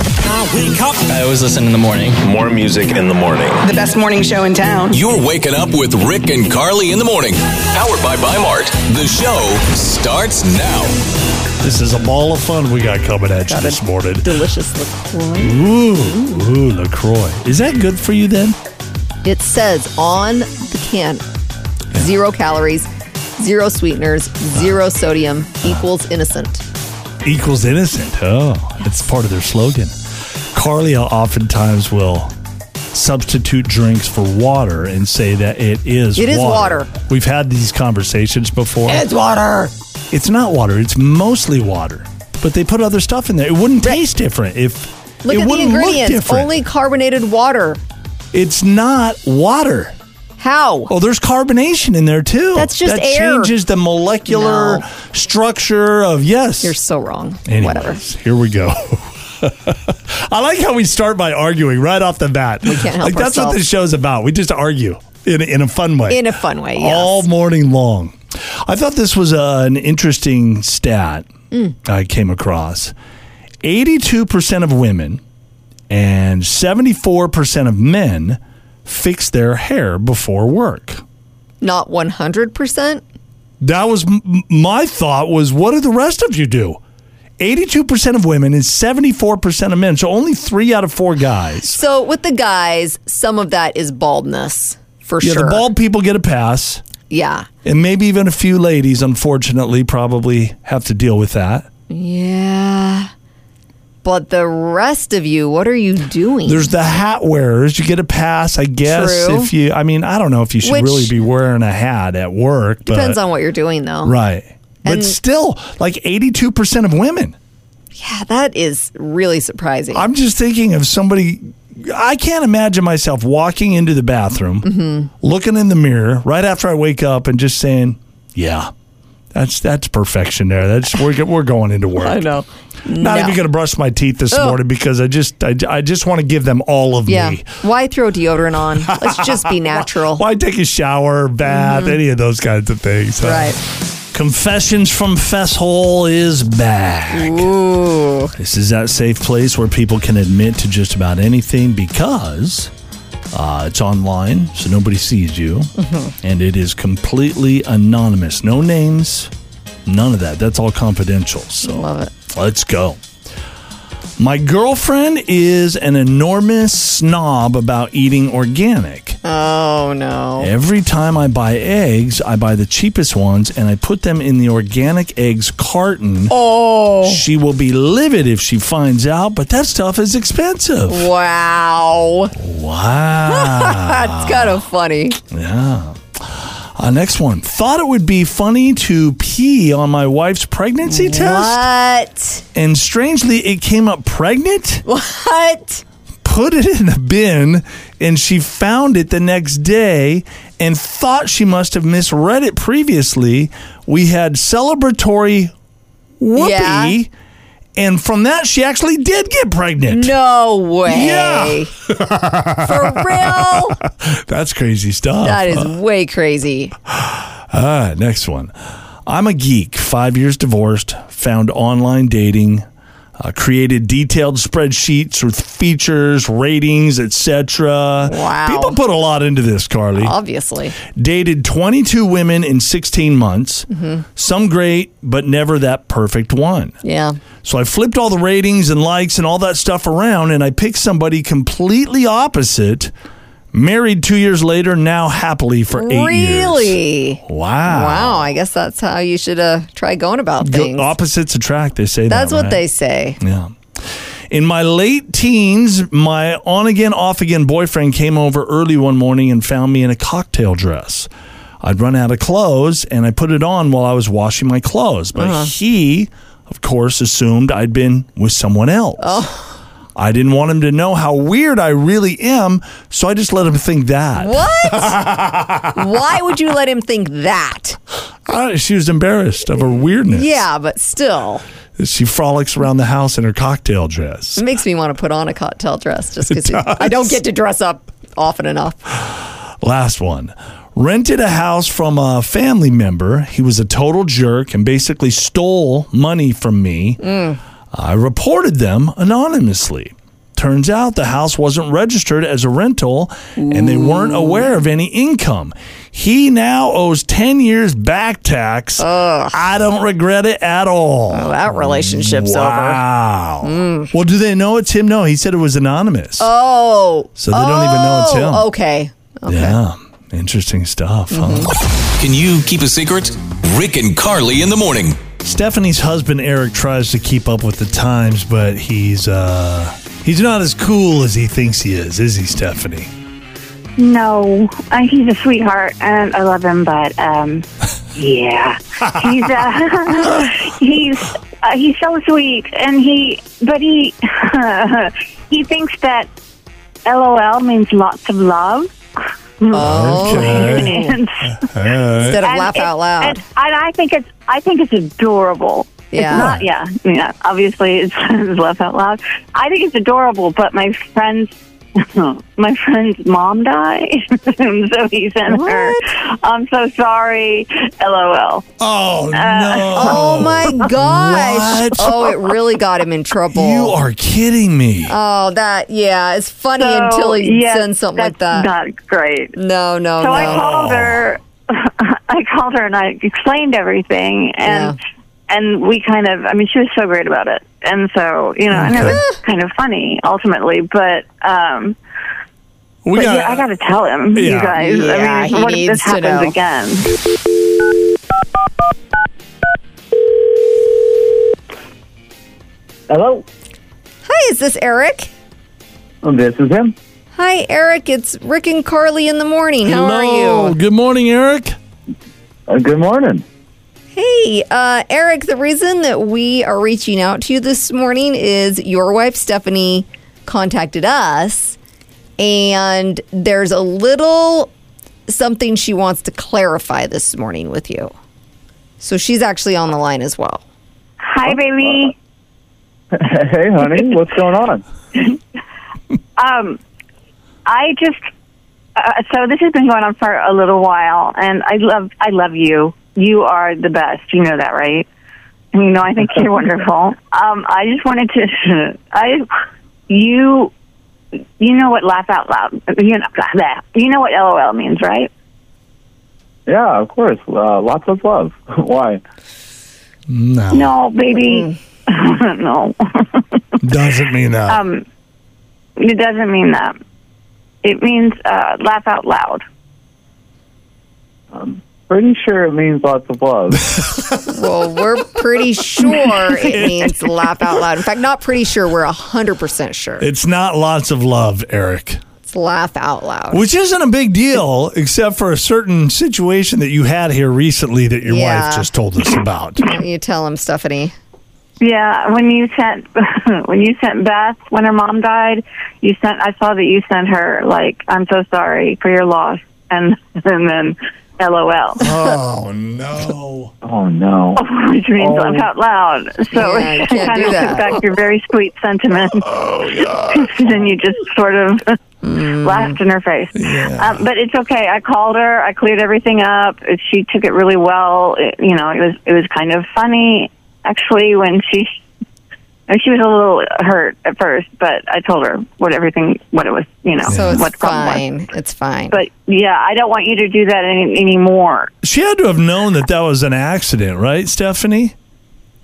I wake up. I always listen in the morning. More music in the morning. The best morning show in town. You're waking up with Rick and Carly in the morning. Powered by Bimart. The show starts now. This is a ball of fun we got coming at you this morning. Delicious LaCroix. Ooh, ooh, LaCroix. Is that good for you then? It says on the can zero calories, zero sweeteners, zero sodium equals innocent. Equals innocent. Oh, it's part of their slogan. Carly oftentimes will substitute drinks for water and say that it is It is water. We've had these conversations before. It's water. It's not water. It's mostly water. But they put other stuff in there. It wouldn't taste different if Look it at the wouldn't look ingredients. different. Only carbonated water. it's not water. How? Oh, there's carbonation in there too. That's just that air. changes the molecular No. structure of yes. You're so wrong. Anyways, Whatever. Here we go. I like how we start by arguing right off the bat. We can't help like that's what ourselves. this show's about. We just argue in in a fun way. In a fun way, yes. all morning long. I thought this was uh, an interesting stat Hmm. I came across. 82% of women and 74% of men fix their hair before work. Not 100%. That was m- my thought was what do the rest of you do? 82% of women and 74% of men. So only 3 out of 4 guys. So with the guys, some of that is baldness for Yeah, sure. the bald people get a pass Yeah. and maybe even a few ladies unfortunately probably have to deal with that. Yeah. But the rest of you, what are you doing? There's the hat wearers. You get a pass, I guess, True. if you I mean, I don't know if you should Which- really be wearing a hat at work, but Depends on what you're doing, though. Right. But And- still, like 82% of women Yeah, that is really surprising. I'm just thinking of somebody. I can't imagine myself walking into the bathroom, Mm-hmm. looking in the mirror right after I wake up, and just saying, "Yeah, that's that's perfection there. That's we're go- we're going into work. know. Not No. even going to brush my teeth this Ugh. morning because I just I, I just want to give them all of Yeah. me. Why throw deodorant on? Let's just be natural. Why take a shower, bath, any of those kinds of things? huh? Mm-hmm. Right. Confessions from Fesshole is back. Ooh. This is that safe place where people can admit to just about anything because uh, it's online, so nobody sees you, Mm-hmm. and it is completely anonymous. No names, none of that. That's all confidential. So Love it. let's go. My girlfriend is an enormous snob about eating organic. Oh, no. Every time I buy eggs, I buy the cheapest ones and I put them in the organic eggs carton. Oh. She will be livid if she finds out, but that stuff is expensive. Wow. Wow. That's kind of funny. yeah. Uh, next one. Thought it would be funny to pee on my wife's pregnancy test, What? and strangely, it came up pregnant. What? put it in the bin and she found it the next day and thought she must have misread it previously. We had celebratory whoopee. Yeah. And from that, she actually did get pregnant. No way. Yeah. For real? That's crazy stuff. That is way crazy. Ah, next one. I'm a geek, five years divorced, found online dating, uh, created detailed spreadsheets with features, ratings, etc. Wow. People put a lot into this, Carly. Obviously. dated 22 women in 16 months, Mm-hmm. some great, but never that perfect one. Yeah. So I flipped all the ratings and likes and all that stuff around, and I picked somebody completely opposite. Married two years later, now happily for eight years. really? Wow. Wow. I guess that's how you should uh, try going about Go- things. Opposites attract, they say That's that, what right? they say. Yeah. In my late teens, my on again, off again boyfriend came over early one morning and found me in a cocktail dress. I'd run out of clothes and I put it on while I was washing my clothes, but Uh-huh. he, of course, assumed I'd been with someone else. Oh. I didn't want him to know how weird I really am, so I just let him think that. What? Why would you let him think that? Uh, she was embarrassed of her weirdness. Yeah, but still, She frolics around the house in her cocktail dress. it makes me want to put on a cocktail dress just because I don't get to dress up often enough. Last one. Rented a house from a family member. He was a total jerk and basically Mm. stole money from me. I reported them anonymously. Turns out the house wasn't registered as a rental and they weren't aware of any income. He now owes 10 years back tax. I don't regret it at all. Oh, that relationship's over. Mm. wow. Well, do they know it's him? No, he said it was anonymous. Oh. So they don't even know it's him. Oh, okay. Okay. Yeah. Interesting stuff, Mm-hmm. huh? Can you keep a secret? Rick and Carly in the morning. Stephanie's husband Eric tries to keep up with the times, but he's uh he's not as cool as he thinks he is, is he, Stephanie? No, uh, he's a sweetheart, and I love him. But um, yeah, he's uh, he's uh, he's so sweet, and he but he he thinks that LOL means lots of love. Oh. Okay. And, Instead of and laugh it- out loud. And, and I think it's I think it's adorable. Yeah. It's not, yeah, yeah. Obviously, it's, it's laugh out loud. I think it's adorable, but my friend's my friend's mom died, so he sent her. I'm so sorry. LOL. Uh, Oh no. Oh my gosh. What? Oh, it really got him in trouble. You oh. are kidding me. Uh, Oh, that yeah, it's funny So, until he yes, sends something like that. that's Not great. no, no, So no. I called her. I called her and I explained everything, and and we kind of. I mean, she was so great about it, and so you know, and it Okay. was kind of funny ultimately, but. um we but yeah, I got to tell him, Yeah. you guys. Yeah, I mean, he what if needs this to happens know. again? Hello, Hi, is this Eric? Oh, this is him. Hi, Eric. It's Rick and Carly in the morning. How Hello. are you? Good morning, Eric. Uh, good morning. Hey, uh, Eric. The reason that we are reaching out to you this morning is your wife Stephanie contacted us, and there's a little something she wants to clarify this morning with you. So she's actually on the line as well. Hi, Oh. baby. Hey, honey, what's going on? Um, I just uh, so this has been going on for a little while, and I love I love you. You are the best. You know that, right? And you know I think you're wonderful. Um, I just wanted to I you you know what laugh out loud you know blah, blah. you know what LOL means, right? Yeah, of course. Uh, lots of love. Why? No, No, baby. no. doesn't mean that. Um, It doesn't mean that. It means uh, laugh out loud. Pretty sure it means lots of love. Well, we're pretty sure it means laugh out loud. In fact, not pretty sure. We're 100% sure. it's not lots of love, Eric. It's laugh out loud. Which isn't a big deal, except for a certain situation that you had here recently that your Yeah. wife just told us about. You tell him, Stephanie. Yeah, when you sent when you sent Beth when her mom died, you sent I saw that you sent her like I'm so sorry for your loss and and then LOL. oh no. oh no. Which means laugh out loud. So Oh. Yeah, you it can't kind do of that. took back your very sweet sentiment. and then you just sort of Mm. laughed in her face. Um, but it's okay. I called her. I cleared everything up. It- She took it really well. It, you know, it was it was kind of funny actually when she and she was a little hurt at first, but I told her what everything what it was. You know, So what it's the problem was. fine. It's fine. But yeah, I don't want you to do that any, anymore. She had to have known that that was an accident, right, Stephanie?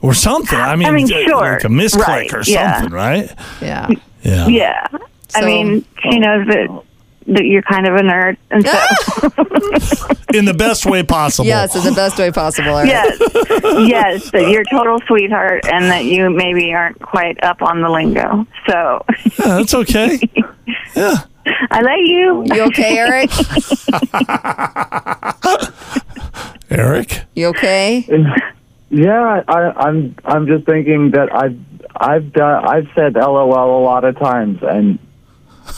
Or something. I mean, mean, uh, sure. like a misclick Right, or yeah. something, right? yeah. Yeah. Yeah. I So- oh. mean, she knows that that you're kind of a nerd, and so In the best way possible. Yes, in the best way possible. Eric. yes, yes, that you're a total sweetheart, and that you maybe aren't quite up on the lingo. So Yeah, that's okay. I let you. You okay, Eric? Eric? You okay? Yeah, I, I'm. I'm just thinking that I've. I've done. I've said LOL a lot of times, and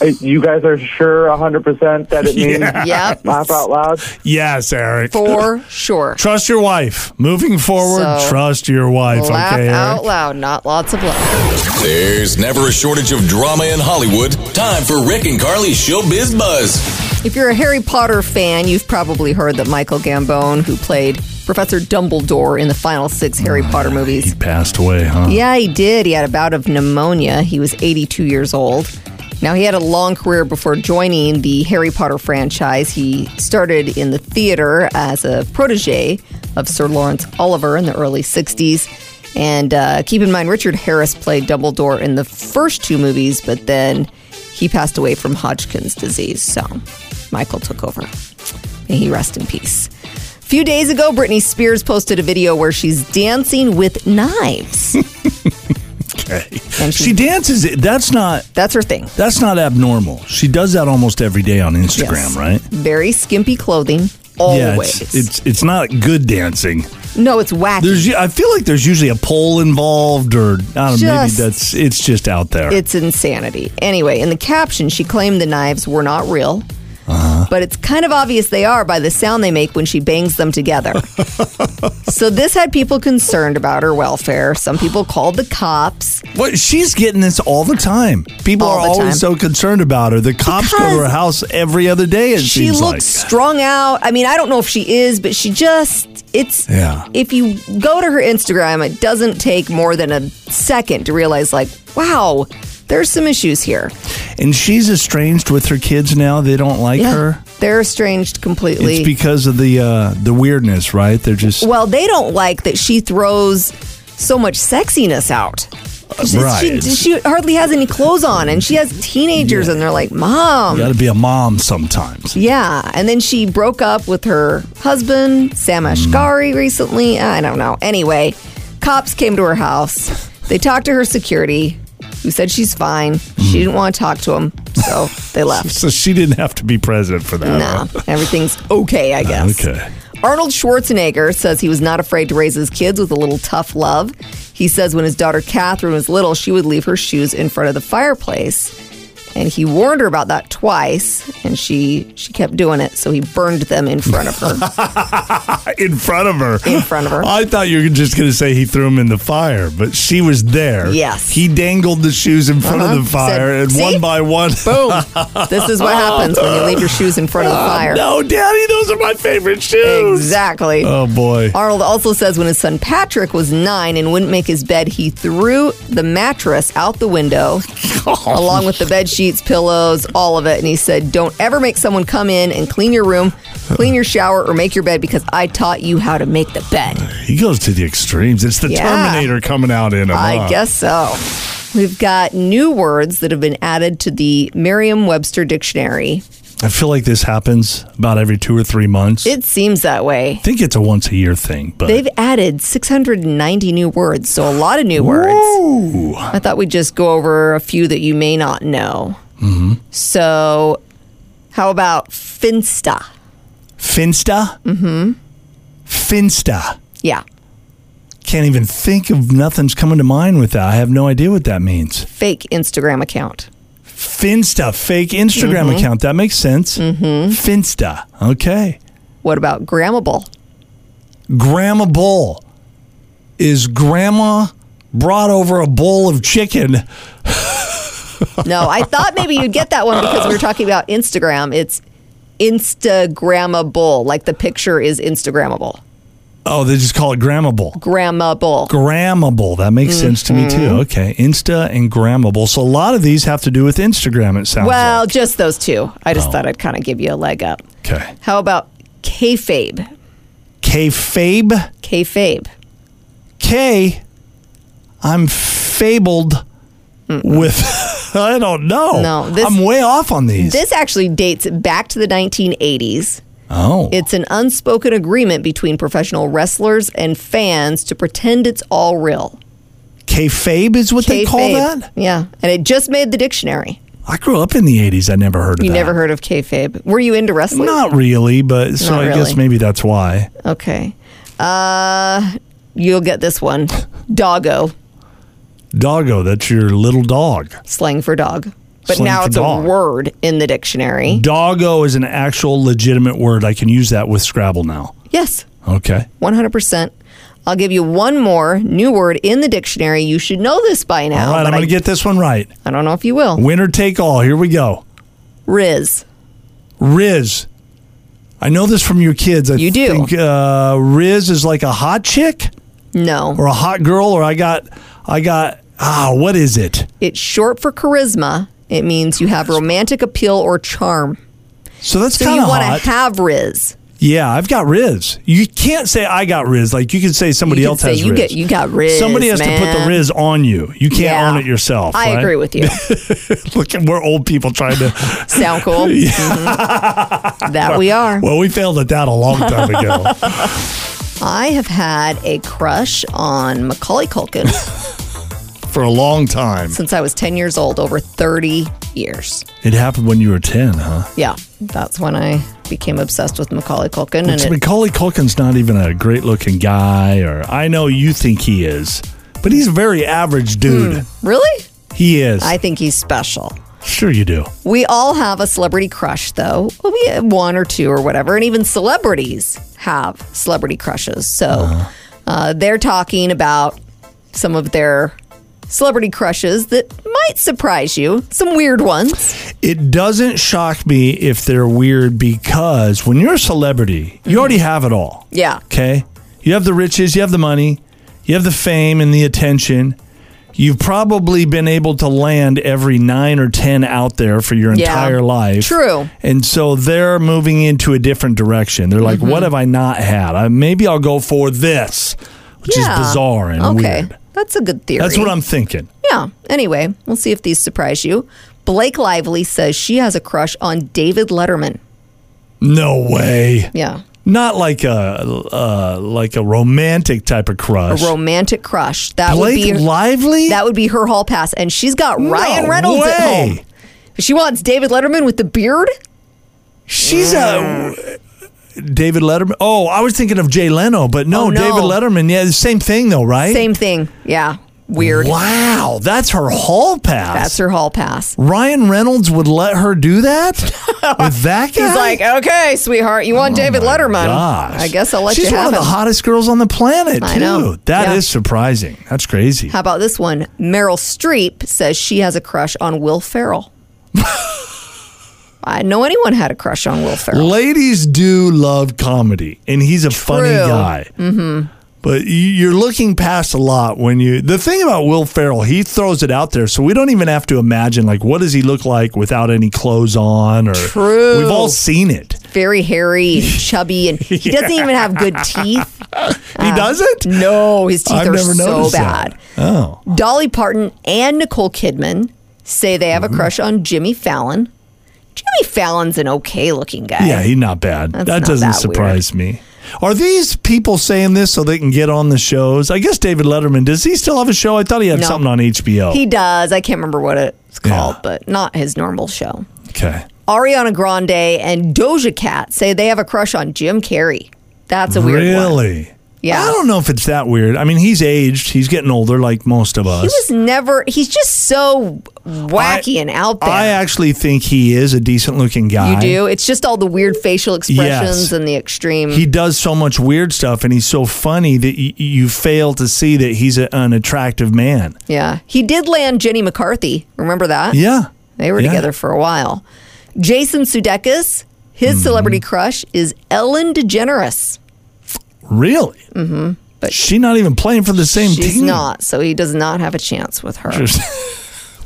uh, you guys are sure 100 percent that it means Yep. laugh out loud. Yes, Eric. For sure. Trust your wife. Moving forward, So, trust your wife, Laugh okay, Eric? out loud, not lots of love. There's never a shortage of drama in Hollywood. Time for Rick and Carly's Showbiz Buzz. If you're a Harry Potter fan, you've probably heard that Michael Gambone, who played Professor Dumbledore in the final six Harry Potter movies. He passed away, huh? Yeah, he did. He had a bout of pneumonia. He was 82 years old. Now, he had a long career before joining the Harry Potter franchise. He started in the theater as a protege of Sir Lawrence Oliver in the early 60s. And uh, keep in mind, Richard Harris played Dumbledore in the first two movies, but then he passed away from Hodgkin's disease. So Michael took over. May he rest in peace. A few days ago, Britney Spears posted a video where she's dancing with knives. Okay. And She she- dances. That's not That's her thing. that's not abnormal. She does that almost every day on Instagram, Yes. right? Very skimpy clothing, Yeah, always. it's, it's it's not good dancing. no, it's wacky. There's u- I feel like there's usually a pole involved, or I don't know, maybe Just- that's it's just out there. It's insanity. Anyway, in the caption, she claimed the knives were not real. Uh-huh. But it's kind of obvious they are by the sound they make when she bangs them together. so, this had people concerned about her welfare. Some people called the cops. What she's getting this all the time. People All are the always time. so concerned about her. The cops go to her Because house every other day. It She seems looks like. strung out. I mean, I don't know if she is, but she just, it's, Yeah. if you go to her Instagram, it doesn't take more than a second to realize, like, wow, there's some issues here. and she's estranged with her kids now. They don't like her. They're estranged completely. It's because of the uh, the weirdness, right? They're just Well, they don't like that she throws so much sexiness out. She, right. she, she hardly has any clothes on, and she has teenagers, and they're like, Mom. got to be a mom sometimes. Yeah. And then she broke up with her husband, Sam Ashkari, recently. Ah, I don't know. Anyway, cops came to her house. They talked to her security, who said she's fine. She didn't want to talk to him, so they left. So she didn't have to be president for that. Nah, huh? everything's okay, I guess. Okay. Arnold Schwarzenegger says he was not afraid to raise his kids with a little tough love. He says when his daughter Catherine was little, she would leave her shoes in front of the fireplace. And he warned her about that twice, and she she kept doing it, so he burned them in front of her. In front of her. in front of her. I thought you were just going to say he threw him in the fire, but she was there. Yes. He dangled the shoes in front Uh-huh. of the fire, Said, and "See? one by one. Boom. This is what happens when you leave your shoes in front of the Oh, fire. No, Daddy, those are my favorite shoes. Exactly. Oh, boy. Arnold also says when his son Patrick was nine and wouldn't make his bed, he threw the mattress out the window, along with the bed sheets, pillows, all of it. And he said, Don't ever make someone come in and clean your room, clean your shower, or make your bed because I taught you how to make the bed. He goes to the extremes. It's the Yeah. Terminator coming out in him. huh? I guess so. We've got new words that have been added to the Merriam Webster dictionary. I feel like this happens about every two or three months. It seems that way. I think it's a once a year thing, but They've added 690 new words, so a lot of new words. Ooh. I thought we'd just go over a few that you may not know. So, how about Finsta? Finsta? Mm-hmm. Finsta. Yeah, Can't even think of nothing's coming to mind with that. I have no idea what that means. fake Instagram account. Finsta, fake Instagram Mm-hmm. account. That makes sense. Mm-hmm. Finsta. Okay. What about Grammable? Grandma Bowl. Is grandma brought over a bowl of chicken? No, I thought maybe you'd get that one because we were talking about Instagram. It's Instagrammable, like the picture is Instagrammable. Oh, they just call it grandma bowl. Grammable. Grammable. That makes Mm-hmm. sense to me too. Okay. Insta and grammable. So a lot of these have to do with Instagram, it sounds Well, just those two. I just thought I'd kind of give you a leg up. like. Okay. How about kayfabe? Kayfabe. Kayfabe. K, I'm fabled with. I don't know. No, this- I'm way off on these. This actually dates back to the 1980s. oh, It's an unspoken agreement between professional wrestlers and fans to pretend it's all real. kayfabe is what they call Kayfabe. that. Yeah, and it just made the dictionary. I grew up in the '80s. I never heard of You that. never heard of kayfabe. Were you into wrestling? Not really, but so Not I guess really. maybe that's why. Okay. Uh, you'll get this one. Doggo, Doggo, that's your little dog. slang for dog. But Slang now for it's dog. a word in the dictionary. Doggo is an actual legitimate word. I can use that with Scrabble now. Yes, Okay. 100%. I'll give you one more new word in the dictionary. You should know this by now. All right, but I'm I, going to get this one right. I don't know if you will. Winner take all. Here we go. Riz. Riz. I know this from your kids. I You do. Think, uh, Riz is like a hot chick No. or a hot girl, or I got, I got. Ah, what is it? It's short for charisma. It means you have romantic appeal or charm. So that's So kind you of want hot. to have Riz. yeah, I've got Riz. You can't say I got Riz. Like you can say somebody You can else say has you Riz. get- you got Riz, Somebody has to put the man. Riz on you. You can't Yeah. own it yourself. I right? agree with you. Look, we're old people trying to. Sound cool? Mhm. That we are. well, we failed at that a long time ago. I have had a crush on Macaulay Culkin for a long time. since I was 10 years old, over 30 years. It happened when you were 10, huh? Yeah, that's when I became obsessed with Macaulay Culkin. Which and it, Macaulay Culkin's not even a great looking guy, or I know you think he is, but he's a very average dude. really? He is. Hmm. I think he's special. sure, you do. We all have a celebrity crush, though. Well, we have one or two or whatever. And even celebrities have celebrity crushes. So Uh-huh. uh, they're talking about some of their celebrity crushes that might surprise you, some weird ones. It doesn't shock me if they're weird because when you're a celebrity, you already have it all. Yeah. Okay? You have the riches, you have the money, you have the fame and the attention. You've probably been able to land every nine or 10 out there for your Yeah. entire life. True. And so they're moving into a different direction. They're Mm-hmm. like, what have I not had? I, maybe I'll go for this, which yeah. is bizarre and okay. weird. That's a good theory. That's what I'm thinking. Yeah. Anyway, we'll see if these surprise you. Blake Lively says she has a crush on David Letterman. No way. Yeah. Not like a uh, like a romantic type of A crush. romantic crush. That would Blake be Lively? that would be her hall pass. And she's got Ryan No Reynolds at way. home. She wants David Letterman with the beard? She's a David Letterman. Oh, I was thinking of Jay Leno, but no, Mm. Oh, no. David Letterman. Yeah, the same thing though, right? Same thing. Yeah. Weird. Wow, that's her hall pass. That's her hall pass. Ryan Reynolds would let her do that with that guy. He's like, okay, sweetheart, you want David Letterman. Oh Gosh. I guess I'll let She's you have one of the him. hottest girls on the planet, I too. know. That is Yeah. surprising. That's crazy. How about this one? Meryl Streep says she has a crush on Will Ferrell. I know anyone had a crush on Will Ferrell. Ladies do love comedy, and he's a funny True. guy. Mm-hmm. But y- you're looking past a lot when you. The thing about Will Ferrell, he throws it out there, so we don't even have to imagine like what does he look like without any clothes on. Or True. we've all seen it. Very hairy and chubby, and he doesn't even have good teeth. Uh, He doesn't. Ah, No, his teeth I've are never so noticed bad. that. Oh, Dolly Parton and Nicole Kidman say they have Mm-hmm. a crush on Jimmy Fallon. Jimmy Fallon's an okay looking guy. yeah, he's not bad. That's that not doesn't that surprise me. Are these people saying this so they can get on the shows? I guess David Letterman does he still have a show? I thought he had No. something on HBO. He does. I can't remember what it's Yeah. called, but not his normal show. okay. Ariana Grande and Doja Cat say they have a crush on Jim Carrey. That's a weird one. really? Yeah. I don't know if it's that weird. I mean, he's aged. He's getting older, like most of us. He was never, he's just so wacky I- and out there. I actually think he is a decent looking guy. you do? It's just all the weird facial expressions Yes. and the extreme. He does so much weird stuff, and he's so funny that y- you fail to see that he's a, an attractive man. yeah. He did land Jenny McCarthy. Remember that? Yeah. They were Yeah. together for a while. Jason Sudeikis, his Mm-hmm. celebrity crush is Ellen DeGeneres. Really? Mm-hmm. But But- she's not even playing for the same She's team. not, so he does not have a chance with her.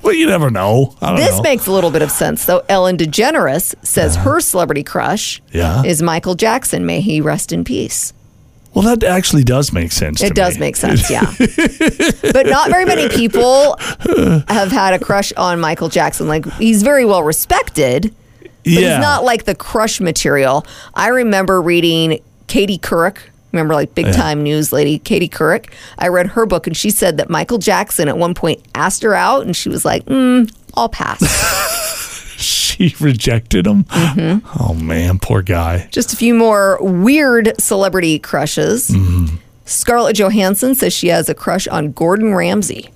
well, you never know. I don't This know. makes a little bit of sense, though. Ellen DeGeneres says her celebrity crush Yeah. is Michael Jackson. May he rest in peace. well, that actually does make sense. to It does me. make sense, yeah. but not very many people have had a crush on Michael Jackson. Like, he's very well respected. But Yeah. he's not like the crush material. I remember reading Katie Couric. Remember, like big time news lady Katie Couric. I read her book, and she said that Michael Jackson at one point asked her out, and she was like, mm, "I'll pass." she rejected him. Mm-hmm. Oh man, poor guy. Just a few more weird celebrity crushes. Scarlett Johansson says she has a crush on Gordon Ramsay.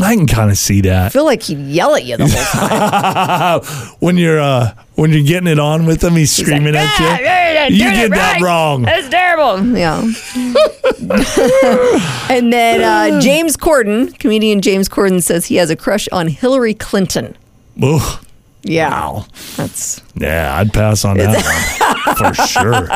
I can kind of see that. I feel like he'd yell at you the whole time. when you're uh, when you're getting it on with him, he's screaming like, "Ah, at you. You did that wrong. That's terrible. Yeah. and then uh, James Corden, comedian James Corden, says he has a crush on Hillary Clinton. Ooh, Yeah. That's yeah, I'd pass on that. one. for sure.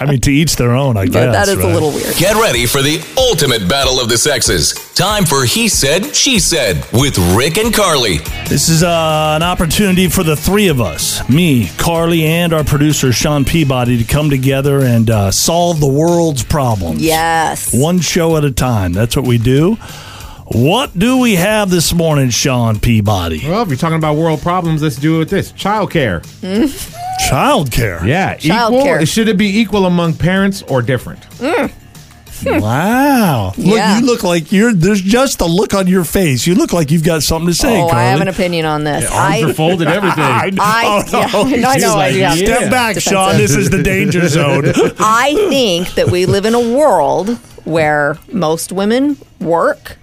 I mean, to each their own, I But guess. that is right? a little weird. Get ready for the ultimate battle of the sexes. Time for He Said, She Said with Rick and Carly. This is uh, an opportunity for the three of us, me, Carly, and our producer, Sean Peabody, to come together and uh, solve the world's problems. Yes. One show at a time. That's what we do. What do we have this morning, Sean Peabody? Well, if you're talking about world problems, let's do it with this childcare. Childcare. Yeah, Childcare. equal. Should it be equal among parents or different? Wow. Hmm. Yeah. Look, you look like you're, there's just a look on your face. You look like you've got something to say, oh, Carly. I have an opinion on this. Arms are I, folded, everything. I, yeah, no, I She's know, I like, do have- yeah. Step back, Defensive. Sean. This is the danger zone. I think that we live in a world where most women work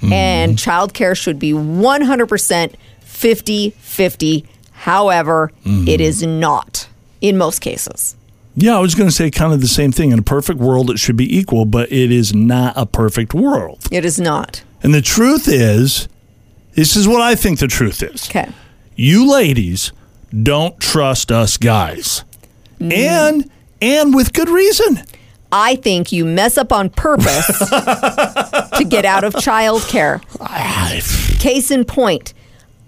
Hmm. and childcare should be 100% 50 50. However, Hmm. it is not in most cases. Yeah, I was going to say kind of the same thing. In a perfect world, it should be equal, but it is not a perfect world. It is not. And the truth is, this is what I think the truth is. Okay. You ladies don't trust us guys, Mm. and and with good reason. I think you mess up on purpose to get out of childcare. Ah, Case in point.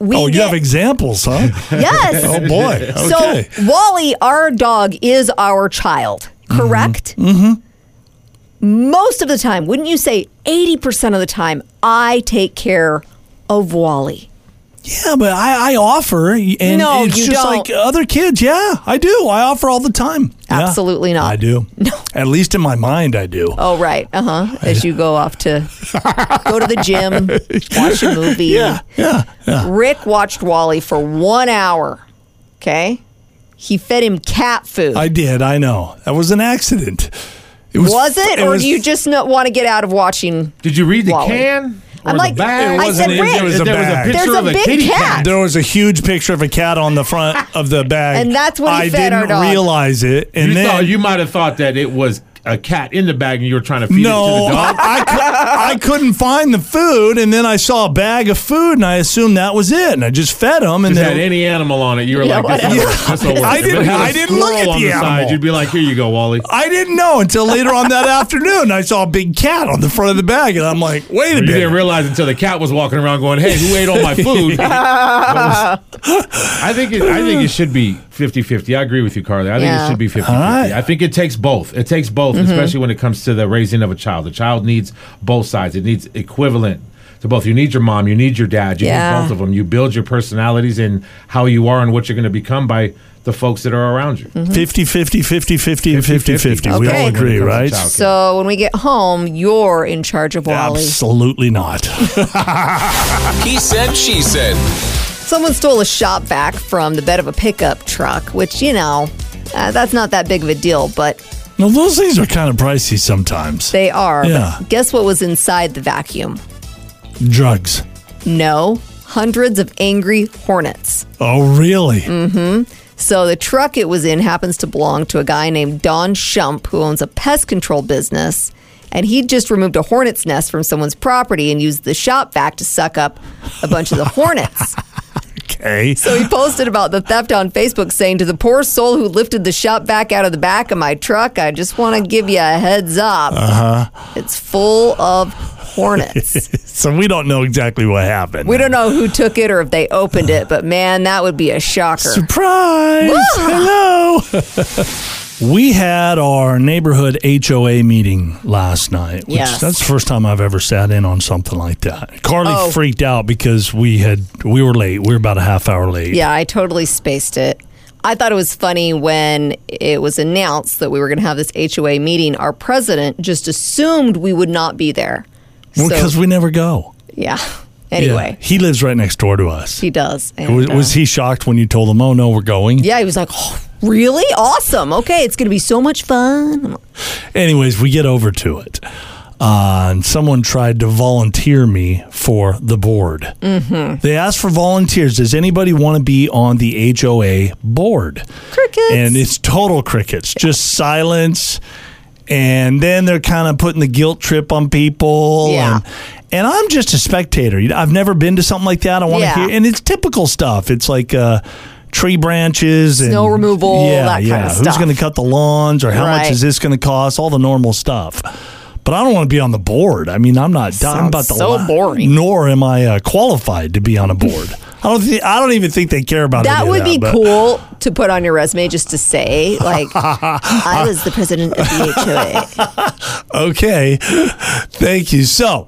We Oh, you get- have examples, huh? Yes. oh boy. Okay. So Wally, our dog, is our child, correct? Mm-hmm. Most of the time, wouldn't you say 80% of the time, I take care of Wally. yeah, but I, I offer, and No, it's you just don't. like other kids. Yeah, I do. I offer all the time. Yeah, Absolutely not. I do. No. At least in my mind, I do. Oh, right. Uh huh. As you go off to go to the gym, watch a movie. Yeah, yeah, yeah. Rick watched Wally for one hour. Okay. He fed him cat food. I did. I know that was an accident. It was. was it? or was- do you just not want to get out of watching? Did you read the Wally. can? Or I'm the like- bag? I It said, wasn't- it Rick, was a there bag. was a picture There's a of a big kitty cat. cat. There was a huge picture of a cat on the front of the bag, And that's what he I fed didn't our dog. realize it, and You then thought you might have thought that it was a cat in the bag, and you were trying to feed no, it to the I, dog. I, cou- I couldn't find the food, and then I saw a bag of food, and I assumed that was it, and I just fed him, If and it then had any animal on it, you were Yeah, like, "This will whatever. work. This will work." I If it didn't- had a I didn't look squirrel at on the animal. side. You'd be like, "Here you go, Wally." I didn't know until later on that afternoon. I saw a big cat on the front of the bag, and I'm like, wait a You didn't minute. realize until the cat was walking around going, "Hey, who ate all my food?" I think it, I think it should be 50-50. I agree with you, Carly. I think Yeah. Mm-hmm. it should be 50-50. All right. I think it takes both. It takes both, especially when it comes to the raising of a child. The child needs both sides. It needs equivalent to both. You need your mom, you need your dad, you Yeah. need both of them. You build your personalities and how you are and what you're going to become by the folks that are around you. 50 50 50 50 and 50 50. We Okay. all agree, right? Child care. So when we get home, you're in charge of Wally. Absolutely not. He Said, She Said. Someone stole a shop vac from the bed of a pickup truck, which, you know, uh, that's not that big of a deal, but No, those things are kind of pricey sometimes. they are. But Yeah. guess what was inside the vacuum? Drugs. No, hundreds of angry hornets. Oh, really? So the truck it was in happens to belong to a guy named Don Shump, who owns a pest control business. And he just removed a hornet's nest from someone's property and used the shop vac to suck up a bunch of the hornets. Okay. So he posted about the theft on Facebook, saying, To the poor soul who lifted the shop vac out of the back of my truck, I just want to give you a heads up. Uh-huh. It's full of hornets. So we don't know exactly what happened. we don't know who took it or if they opened it, but man, that would be a shocker. Surprise! Hello. we had our neighborhood HOA meeting last night. Which Yes. That's the first time I've ever sat in on something like that. Carly Oh. freaked out because we had we were late. We were about a half hour late. Yeah, I totally spaced it. I thought it was funny when it was announced that we were going to have this HOA meeting. Our president just assumed we would not be there. Because we never go. yeah. Yeah. Anyway, He lives right next door to us. he does. And, was, uh, was he shocked when you told him, oh, no, we're going? Yeah, he was like, oh, really? Awesome. Okay, it's going to be so much fun. I'm like, Anyways, we get over to it. Uh, and someone tried to volunteer me for the board. Mm-hmm. They asked for volunteers. Does anybody want to be on the HOA board? Crickets. And it's total crickets, just silence. And then they're kind of putting the guilt trip on people. Yeah. And, and I'm just a spectator. You know, I've never been to something like that. I want to Yeah. hear, and it's typical stuff. It's like uh, tree branches, and, Snow removal, that kind of Who's stuff. going to cut the lawns, or how much Right. is this going to cost? All the normal stuff. But I don't want to be on the board. I mean, I'm not. I'm Sounds about the so la- boring. Nor am I uh, qualified to be on a board. I don't. Th- I don't even think they care about That any of would be but- cool to put on your resume just to say, like, I was the president of the HOA. Okay. Thank you. So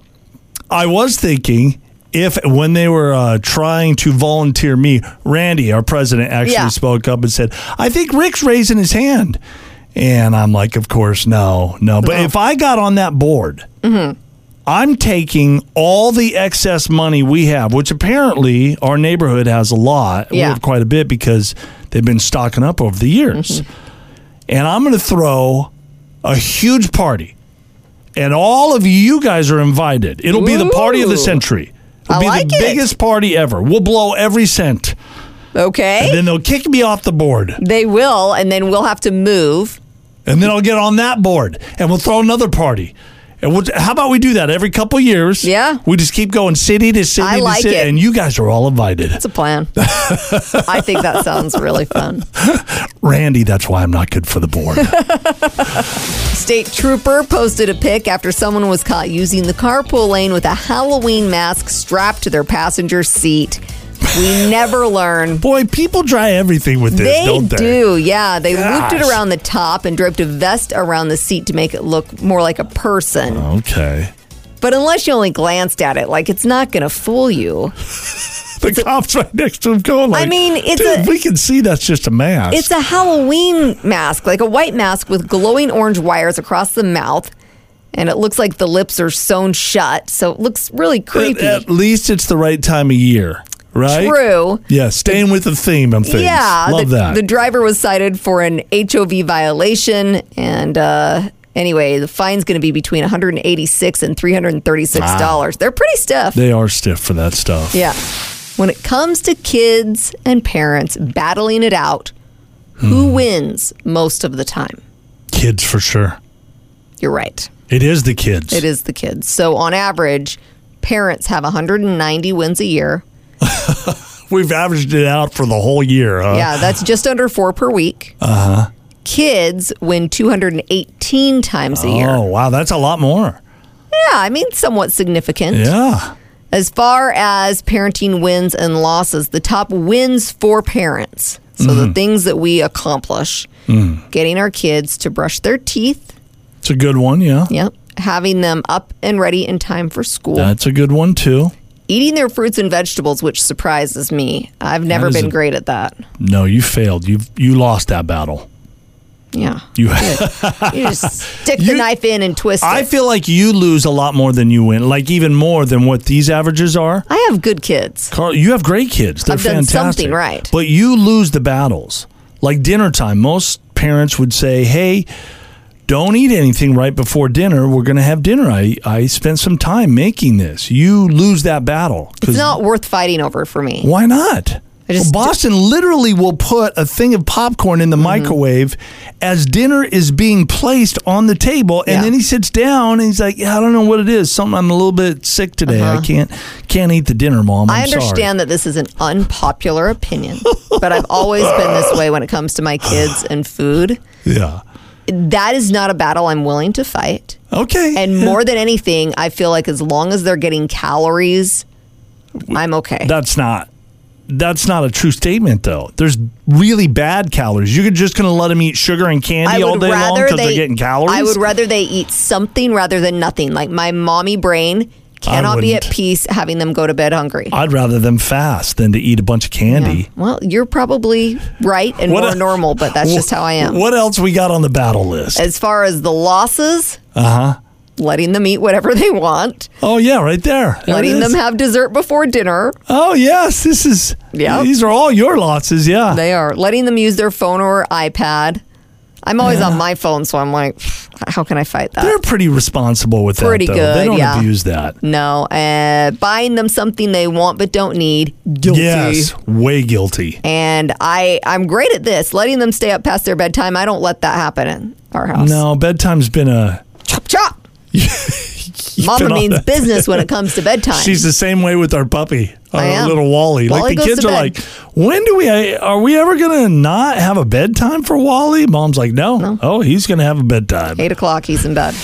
I was thinking if when they were uh, trying to volunteer me, Randy, our president, actually Yeah. spoke up and said, I think Rick's raising his hand. And I'm like, of course, no, no. But if I got on that board, Mm-hmm. I'm taking all the excess money we have, which apparently our neighborhood has a lot. We Yeah. have quite a bit because they've been stocking up over the years. Mm-hmm. And I'm going to throw a huge party. And all of you guys are invited. It'll be the party of the Ooh. century. It'll I be like the it. biggest party ever. We'll blow every cent. Okay. And then they'll kick me off the board. they will, and then we'll have to move. And then I'll get on that board and we'll throw another party. And we'll, how about we do that every couple years? Yeah. We just keep going city to city I to like city. it. And you guys are all invited. It's a plan. I think that sounds really fun. Randy, that's why I'm not good for the board. State trooper posted a pic after someone was caught using the carpool lane with a Halloween mask strapped to their passenger seat. We never learn. Boy, people try everything with this, They don't they? do, yeah. They Gosh. looped it around the top and draped a vest around the seat to make it look more like a person. Uh-huh. Okay. But unless you only glanced at it, like it's not going to fool you. The cops right next to him going like, mean, it's "Dude, a- we can see that's just a mask. It's a Halloween mask, like a white mask with glowing orange wires across the mouth. And it looks like the lips are sewn shut. So it looks really creepy. At, at least it's the right time of year, right? True. Yeah, staying with the theme on things. Yeah. Love the, that. the driver was cited for an HOV violation. And uh, anyway, the fine's going to be between $186 and $336. They're pretty stiff. they are stiff for that stuff. Yeah. When it comes to kids and parents battling it out, Hmm. who wins most of the time? Kids for sure. You're right. It is the kids. It is the kids. So on average, parents have 190 wins a year. We've averaged it out for the whole year, huh? Yeah, that's just under 4 per week. Uh-huh. Kids win 218 times a year. Oh, wow. That's a lot more. Yeah, I mean somewhat significant. Yeah. As far as parenting wins and losses, the top wins for parents. So Mm-hmm. the things that we accomplish Mm. getting our kids to brush their teeth. It's a good one, yeah. Yep. Having them up and ready in time for school. That's a good one, too. Eating their fruits and vegetables, which surprises me. I've never is been a- great at that. No, you failed. You you lost that battle. Yeah. You You just stick You- the knife in and twist I it. feel like you lose a lot more than you win. Like even more than what these averages are. I have good kids. Carl, you have great kids. They're I've done fantastic. something right. But you lose the battles. Like dinner time, most parents would say, "Hey, don't eat anything right before dinner. We're going to have dinner. I I spent some time making this." You lose that battle. 'Cause It's not worth fighting over for me. Why not? I just- Mm-hmm. Well, Boston literally will put a thing of popcorn in the microwave as dinner is being placed on the table, and Yeah. then he sits down and he's like, "Yeah, I don't know what it is. Something I'm a little bit sick today. I can't can't eat the dinner, mom. I'm Uh-huh. I Sorry. understand that this is an unpopular opinion, but I've always been this way when it comes to my kids and food. Yeah. That is not a battle I'm willing to fight. Okay. And more than anything, I feel like as long as they're getting calories, I'm okay. that's not that's not a true statement though. There's really bad calories. You're just going to let them eat sugar and I candy all would day long rather because they they're getting calories. I would rather they eat something rather than nothing. Like my mommy brain cannot be at wouldn't. peace having them go to bed hungry. I'd rather them fast than to eat a bunch of candy. Well, you're probably right and What more el- normal, but that's just how I am. What else we got on the battle list? As far as the losses, uh Uh-huh. huh, letting them eat whatever they want, Oh yeah, right there. There it letting them is. have dessert before dinner. Oh yes, this is. Yeah. These are all your losses. Yeah. They are letting them use their phone or iPad. I'm always on my phone, so I'm like, how can I fight that? They, are pretty responsible with Pretty that. though. good, They don't yeah. abuse that. no, uh, buying them something they want but don't need. Guilty. Yes, way guilty. And I, I'm great at this, letting them stay up past their bedtime. I don't let that happen in our house. No, bedtime's been a. Chop chop. Mama been on means that. business when it comes to bedtime. She's the same way with our puppy, our I am. little Wally. Wally like the goes kids to are bed. like, when do we? Are we ever gonna not have a bedtime for Wally? Mom's like, no. Oh, he's gonna have a bedtime. Eight o'clock, he's in bed.